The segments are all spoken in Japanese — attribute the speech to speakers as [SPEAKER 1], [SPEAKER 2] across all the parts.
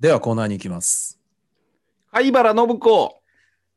[SPEAKER 1] ではコーナーに行きます。
[SPEAKER 2] 貝原信子。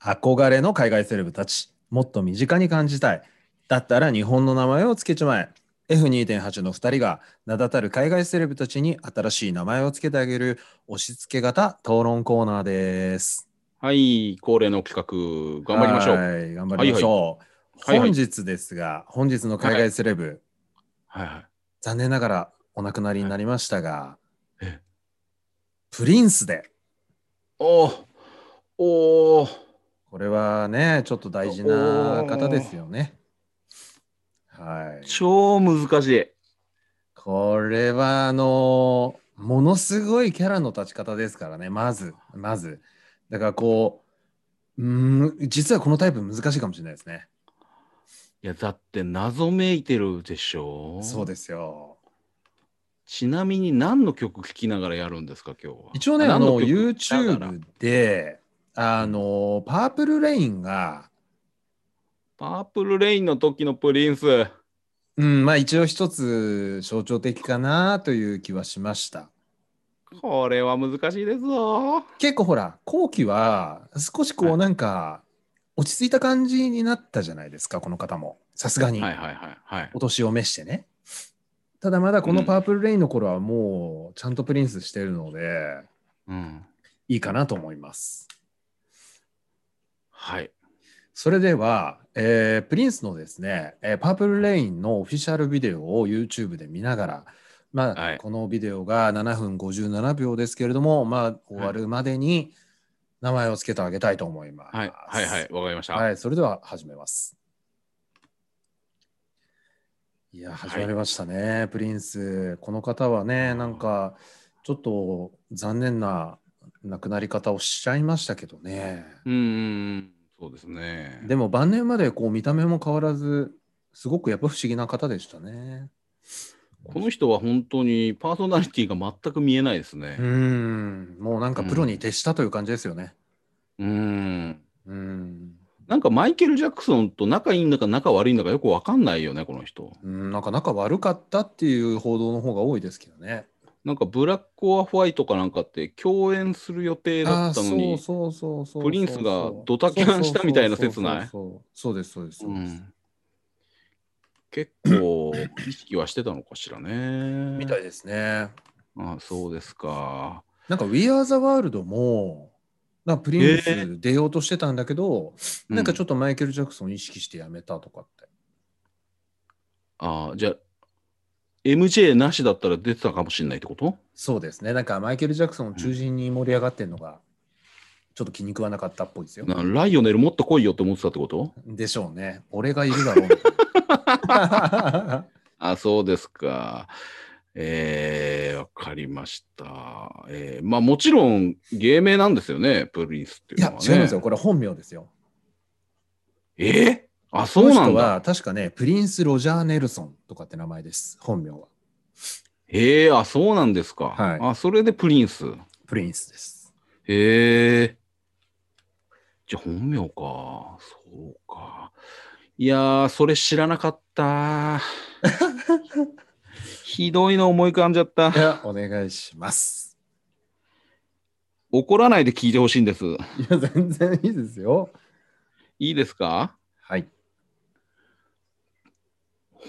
[SPEAKER 1] 憧れの海外セレブたち、もっと身近に感じたい。だったら日本の名前をつけちまえ。F2.8 の2人が名だたる海外セレブたちに新しい名前をつけてあげる押し付け型討論コーナーです。
[SPEAKER 2] はい、恒例の企画、頑張りましょう。
[SPEAKER 1] はい、頑張りましょう。
[SPEAKER 2] はいはい
[SPEAKER 1] 本日ですが、本日の海外セレブ、
[SPEAKER 2] はいはい。
[SPEAKER 1] 残念ながらお亡くなりになりましたが、
[SPEAKER 2] いえ
[SPEAKER 1] プリンスで、
[SPEAKER 2] おーおー
[SPEAKER 1] これはね、ちょっと大事な方ですよね。はい。
[SPEAKER 2] 超難しい。
[SPEAKER 1] これはあのーものすごいキャラの立ち方ですからねまずまずだからこううーん実はこのタイプ難しいかもしれないですね
[SPEAKER 2] いや、だって謎めいてるでしょ
[SPEAKER 1] そうですよ
[SPEAKER 2] ちなみに何の曲聴きながらやるんですか、今日は。
[SPEAKER 1] 一応ねあ
[SPEAKER 2] 何
[SPEAKER 1] の
[SPEAKER 2] 曲聴きながら
[SPEAKER 1] YouTube であのーパープルレインが
[SPEAKER 2] パープルレインの時のプリンス。
[SPEAKER 1] うんまあ一応一つ象徴的かなという気はしました
[SPEAKER 2] これは難しいですぞ。
[SPEAKER 1] 結構ほら後期は少しこ
[SPEAKER 2] は
[SPEAKER 1] う
[SPEAKER 2] い
[SPEAKER 1] なんか落ち着いた感じになったじゃないですかこの方もさすが
[SPEAKER 2] は
[SPEAKER 1] に
[SPEAKER 2] いはいはいはい。
[SPEAKER 1] お年を召してね。ただまだこのパープルレインの頃はもうちゃんとプリンスしてるので、
[SPEAKER 2] うん。
[SPEAKER 1] いいかなと思います。
[SPEAKER 2] はい。
[SPEAKER 1] それでは、えープリンスのですね、えーパープルレインのオフィシャルビデオを YouTube で見ながら、まあ、
[SPEAKER 2] はい
[SPEAKER 1] このビデオが7分57秒ですけれども、まあ、終わるまでに名前を付けてあげたいと思います。
[SPEAKER 2] はいはいはい。わかりました。
[SPEAKER 1] はい、それでは始めます。いや、
[SPEAKER 2] い
[SPEAKER 1] 始まりましたね、プリンス。この方はね、
[SPEAKER 2] うん
[SPEAKER 1] なんか、ちょっと残念な亡くなり方をしちゃいましたけどね。
[SPEAKER 2] うんうんうん。そうですね。
[SPEAKER 1] でも晩年までこう見た目も変わらず、すごくやっぱ不思議な方でしたね。
[SPEAKER 2] この人は本当にパーソナリティが全く見えないですね
[SPEAKER 1] う。ん、もうなんかプロに徹したという感じですよね。
[SPEAKER 2] うん。
[SPEAKER 1] うん、
[SPEAKER 2] なんかマイケル・ジャクソンと仲いいんだか仲悪いんだかよくわかんないよね、この人。
[SPEAKER 1] うん、なんか仲悪かったっていう報道の方が多いですけどね。
[SPEAKER 2] なんかブラック・オア・ホワイトかなんかって共演する予定だったの
[SPEAKER 1] あー
[SPEAKER 2] に。
[SPEAKER 1] そうそうそうそうそう
[SPEAKER 2] プリンスがドタキャンしたみたいな説ない
[SPEAKER 1] そうそうそうそうそうですそうですそう
[SPEAKER 2] う
[SPEAKER 1] です、
[SPEAKER 2] ん結構意識はしてたのかしらね。
[SPEAKER 1] みたいですね
[SPEAKER 2] あそうですか。
[SPEAKER 1] なんか「We Are the World も」なんかプリンス出ようとしてたんだけど、なんかちょ
[SPEAKER 2] ょっと。
[SPEAKER 1] っとマイケル・ジャクソン意識してやめたとかって
[SPEAKER 2] あーじゃあ、MJ なしだったら出てたかもしれないってこと
[SPEAKER 1] そうですねなんかマイケル・ジャクソンを中心に盛り上がってるのがちょっと気に食わなかったっぽいですよ、
[SPEAKER 2] なライオネルもっと来いよって思ってたってこと
[SPEAKER 1] でしょうね俺がいるだろうみたいな
[SPEAKER 2] あ、そうですか。えー、わかりました。えー、まあもちろん芸名なんですよね、プリンスってい
[SPEAKER 1] いう
[SPEAKER 2] のは
[SPEAKER 1] や、
[SPEAKER 2] ね。
[SPEAKER 1] 違いますよこれ本名ですよ
[SPEAKER 2] えーあ、そう
[SPEAKER 1] こ
[SPEAKER 2] な
[SPEAKER 1] の
[SPEAKER 2] ん
[SPEAKER 1] 人
[SPEAKER 2] だ。
[SPEAKER 1] は確かねプリンス・ロジャー・ネルソンとかって名前です本名は
[SPEAKER 2] えー、あ、そうなんですか。
[SPEAKER 1] はい
[SPEAKER 2] あ、それでプリンス。
[SPEAKER 1] プリンスです
[SPEAKER 2] へえ。じゃあ本名か。そうか。いやー、それ知らな かった。ひどいの思い浮かんじゃった
[SPEAKER 1] い。や、お願いします。
[SPEAKER 2] 怒らないで聞いてほしいんです。
[SPEAKER 1] いや、全然いいですよ。
[SPEAKER 2] いいですか
[SPEAKER 1] はい。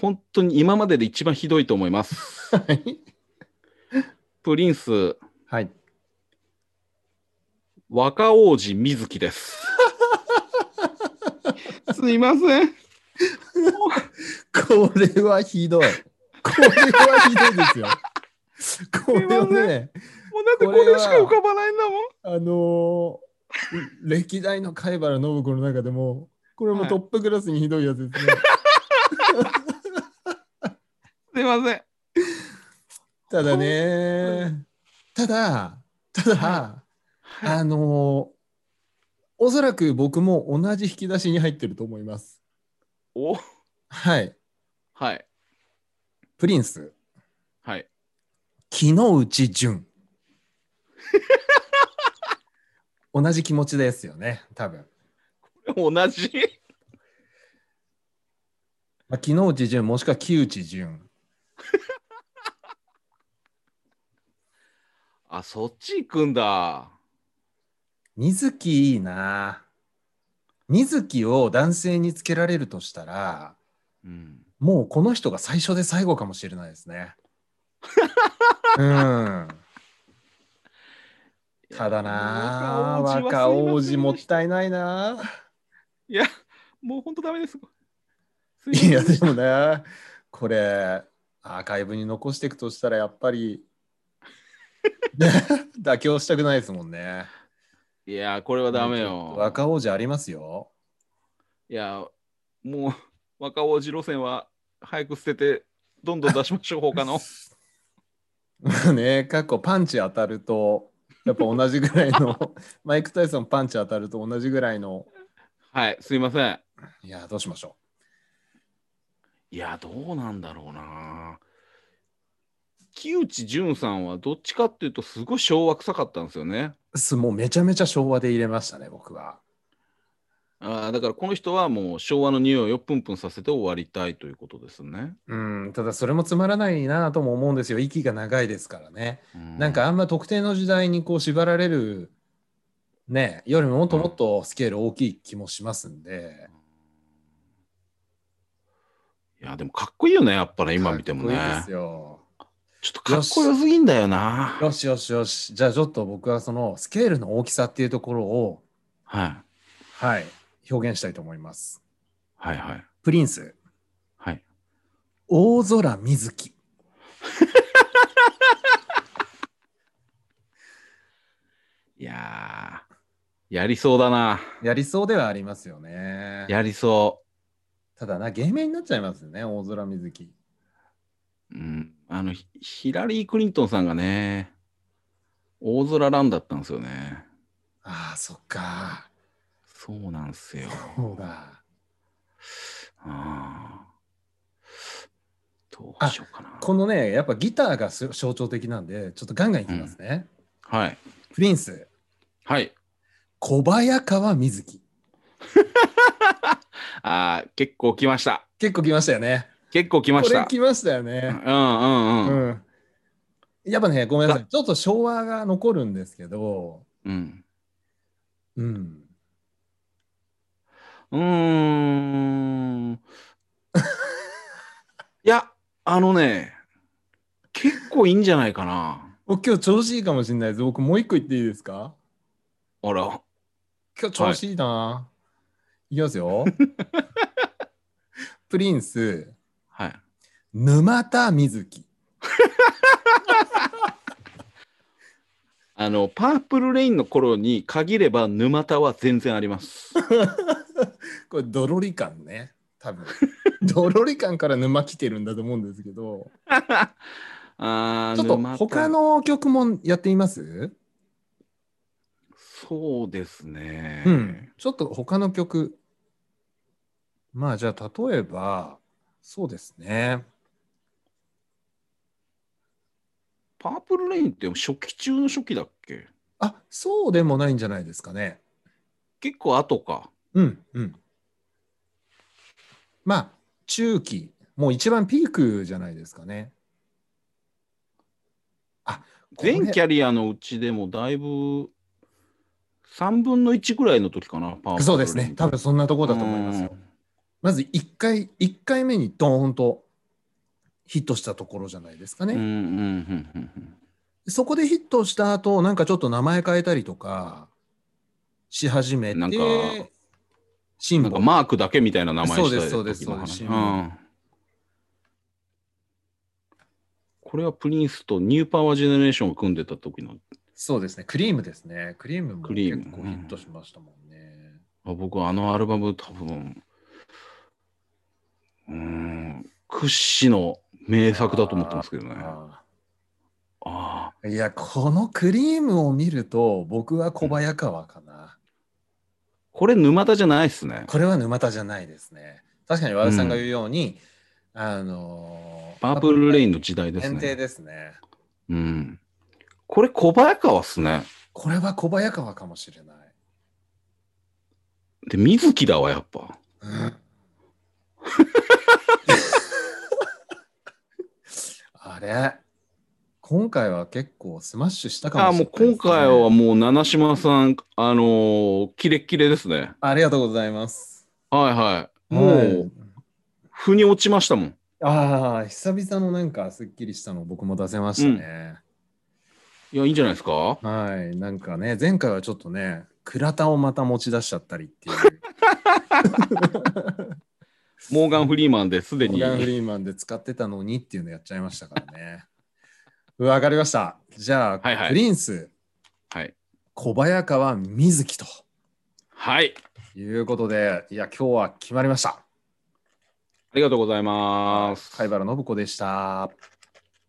[SPEAKER 2] 本当に今までで一番ひどいと思います。
[SPEAKER 1] はい。
[SPEAKER 2] プリンス、
[SPEAKER 1] はい。
[SPEAKER 2] 若王子水木です。 すいません。
[SPEAKER 1] これはひどい。これはひどいですよ。これはね、
[SPEAKER 2] もうだってこれしか浮かばないんだもん。
[SPEAKER 1] あのー歴代の貝原信子の中でも、これもトップクラスにひどいやつですね。
[SPEAKER 2] すいません。
[SPEAKER 1] ただね、ただ、ただ、
[SPEAKER 2] はい
[SPEAKER 1] あのーおそらく僕も同じ引き出しに入ってると思います。
[SPEAKER 2] お
[SPEAKER 1] はい。
[SPEAKER 2] はい。
[SPEAKER 1] プリンス、
[SPEAKER 2] はい。
[SPEAKER 1] 木之内 潤同じ気持ちですよね多分、
[SPEAKER 2] 同じ
[SPEAKER 1] まあ、木之内潤もしくは木内潤
[SPEAKER 2] あ、そっち行くんだ。
[SPEAKER 1] 水木いいな水木を男性につけられるとしたら
[SPEAKER 2] うん。
[SPEAKER 1] もうこの人が最初で最後かもしれないです ねうんただな
[SPEAKER 2] 若王子
[SPEAKER 1] 若王子もっ
[SPEAKER 2] い。
[SPEAKER 1] たいないない
[SPEAKER 2] や、もう本当ダメです。すません
[SPEAKER 1] いやでもねこれアーカイブに残していくとしたらやっぱりね妥協したくないですもんね
[SPEAKER 2] いや、これはダメよ。
[SPEAKER 1] 若王子ありますよ
[SPEAKER 2] いや、もう若王子路線は早く捨てて、どんどん出しましょう、他 の。
[SPEAKER 1] まあね、過去パンチ当たると、やっぱ同じぐらいの、 マイク・タイソンパンチ当たると同じぐらいの、
[SPEAKER 2] はい、すいません。
[SPEAKER 1] いや、どうしましょ
[SPEAKER 2] いや、どうなんだろうな。木内潤さんはどっちかっていうと、すごい昭和臭かったんですよね。
[SPEAKER 1] う。すもうめちゃめちゃ昭和で入れましたね、僕は。
[SPEAKER 2] あーだからこの人はもう昭和の匂いをプンプンさせて終わりたいということですね。
[SPEAKER 1] うん、ただそれもつまらないなとも思うんですよ。息が長いですからね。
[SPEAKER 2] う
[SPEAKER 1] なんかあんま特定の時代にこう縛られる、ね、よりももっともっとスケール大きい気もしますんで。
[SPEAKER 2] いやでもかっこいいよねやっぱね今見てもね
[SPEAKER 1] かっこいいですよ。
[SPEAKER 2] ちょっとかっこよすぎんだよな
[SPEAKER 1] よしよしよし。じゃあちょっと僕はそのスケールの大きさっていうところを、
[SPEAKER 2] はい
[SPEAKER 1] はい、表現したいと思います。
[SPEAKER 2] はいはい
[SPEAKER 1] プリンス、
[SPEAKER 2] はい
[SPEAKER 1] 大空みずき。
[SPEAKER 2] いやーやりそうだな
[SPEAKER 1] やりそうではありますよね。
[SPEAKER 2] やりそ
[SPEAKER 1] ただな、芸名になっちゃいますよね、大空みずき。
[SPEAKER 2] う、うん、あのヒヒラリー・クリントンさんがね大空ランだったんですよね
[SPEAKER 1] ああ、そっか。
[SPEAKER 2] そうなんですよ
[SPEAKER 1] そうだ。
[SPEAKER 2] あーどうしようかな
[SPEAKER 1] このね、やっぱギターがす象徴的なんで、ちょっとガンガンいきますね。
[SPEAKER 2] はい
[SPEAKER 1] プリンス、
[SPEAKER 2] はい
[SPEAKER 1] 小早川みずき。
[SPEAKER 2] あー結構来ました
[SPEAKER 1] 結構来ましたよね。
[SPEAKER 2] 結構来ま
[SPEAKER 1] こ
[SPEAKER 2] し
[SPEAKER 1] れ
[SPEAKER 2] た
[SPEAKER 1] 来ましたよ
[SPEAKER 2] うん
[SPEAKER 1] ね。
[SPEAKER 2] うん
[SPEAKER 1] う
[SPEAKER 2] うん
[SPEAKER 1] ん。やっぱね、ごめんなさい。ちょっと昭和が残るんですけど、
[SPEAKER 2] うん
[SPEAKER 1] うん。
[SPEAKER 2] うーん。いや、あのね、結構いいんじゃないかな。
[SPEAKER 1] 僕今日調子いいかもしれないです。僕もう一個言っていいですか
[SPEAKER 2] あら、
[SPEAKER 1] 今日調子いいな、い、きます よ。プリンス、
[SPEAKER 2] はい。
[SPEAKER 1] 沼田瑞希。
[SPEAKER 2] あの、パープルレインの頃に限れば沼田は全然あります。
[SPEAKER 1] これ、ドロリ感ね、多分 ドロリ感から沼来てるんだと思うんですけど、
[SPEAKER 2] あ
[SPEAKER 1] ち
[SPEAKER 2] ー
[SPEAKER 1] ょっと
[SPEAKER 2] 沼田
[SPEAKER 1] 他の曲もやってみます
[SPEAKER 2] そうですね。
[SPEAKER 1] うん。ちょっと他の曲。まあ、じゃあ、例えば、そうですね。
[SPEAKER 2] パープルレインって初期中の初期だっけ
[SPEAKER 1] あそうでもないんじゃないですかね。
[SPEAKER 2] 結構後か。
[SPEAKER 1] うんうん。まあ、中期、もう一番ピークじゃないですかね。あこれ
[SPEAKER 2] 全キャリアのうちでもだいぶ3分の1ぐらいの時かな、パープルレイン
[SPEAKER 1] そうですね。多分そんなところだと思いますよ。まず1回、一回目にドーンとヒットしたところじゃないですかね。
[SPEAKER 2] うんうんうんうんうん
[SPEAKER 1] そこでヒットした後、なんかちょっと名前変えたりとかし始めて、
[SPEAKER 2] なんか
[SPEAKER 1] 辛
[SPEAKER 2] なんか
[SPEAKER 1] 抱
[SPEAKER 2] マークだけみたいな名前した
[SPEAKER 1] そうですそうです
[SPEAKER 2] 時の話
[SPEAKER 1] そうです
[SPEAKER 2] んこれはプリンスとニューパワージェネレーションを組んでた時の
[SPEAKER 1] そうですね。クリームですね。クリームも
[SPEAKER 2] クリ
[SPEAKER 1] 結
[SPEAKER 2] ーム
[SPEAKER 1] 構ヒットしましたもんね。
[SPEAKER 2] あ僕はあのアルバム多分うーん屈指の名作だと思ってますけどねあ
[SPEAKER 1] あー
[SPEAKER 2] あ
[SPEAKER 1] いや、このクリームを見ると、僕は小早川かな。
[SPEAKER 2] これ沼田じゃないっすね
[SPEAKER 1] これは沼田じゃないですね。確かに和田さんが言うように、あのー
[SPEAKER 2] パープルレイ
[SPEAKER 1] ン
[SPEAKER 2] ンの時代です
[SPEAKER 1] 限定
[SPEAKER 2] ね
[SPEAKER 1] ですね。
[SPEAKER 2] うんこれ小早川っすね
[SPEAKER 1] これは小早川かもしれない。
[SPEAKER 2] で水木だわやっぱ
[SPEAKER 1] うん、あれ今回は結構スマッシュしたか
[SPEAKER 2] あ
[SPEAKER 1] も
[SPEAKER 2] あ、
[SPEAKER 1] し
[SPEAKER 2] も
[SPEAKER 1] れない
[SPEAKER 2] う
[SPEAKER 1] です、ね。
[SPEAKER 2] 今回はもう、七島さん、あのーキレッキレですね。
[SPEAKER 1] ありがとうございます。
[SPEAKER 2] はいはい。も、、
[SPEAKER 1] はいう
[SPEAKER 2] 腑に落ちましたもん。
[SPEAKER 1] ああ、久々のなんかすっきりしたの僕も出せましたね。
[SPEAKER 2] いや、いいんじゃないですか
[SPEAKER 1] はい、なんかね、前回はちょっとね、倉田をまた持ち出しちゃったりって いう。
[SPEAKER 2] モーガン・フリーマンですで
[SPEAKER 1] モー
[SPEAKER 2] に。
[SPEAKER 1] ガン・フリーマンで使ってたのにっていうのやっちゃいましたからね。 わかりました。じゃあ、
[SPEAKER 2] はいはい
[SPEAKER 1] プリンス、
[SPEAKER 2] はい。
[SPEAKER 1] 小早川瑞希と
[SPEAKER 2] はい。
[SPEAKER 1] いうことで、いや、今日は決まりました。
[SPEAKER 2] ありがとうございます。
[SPEAKER 1] 貝原信子でした。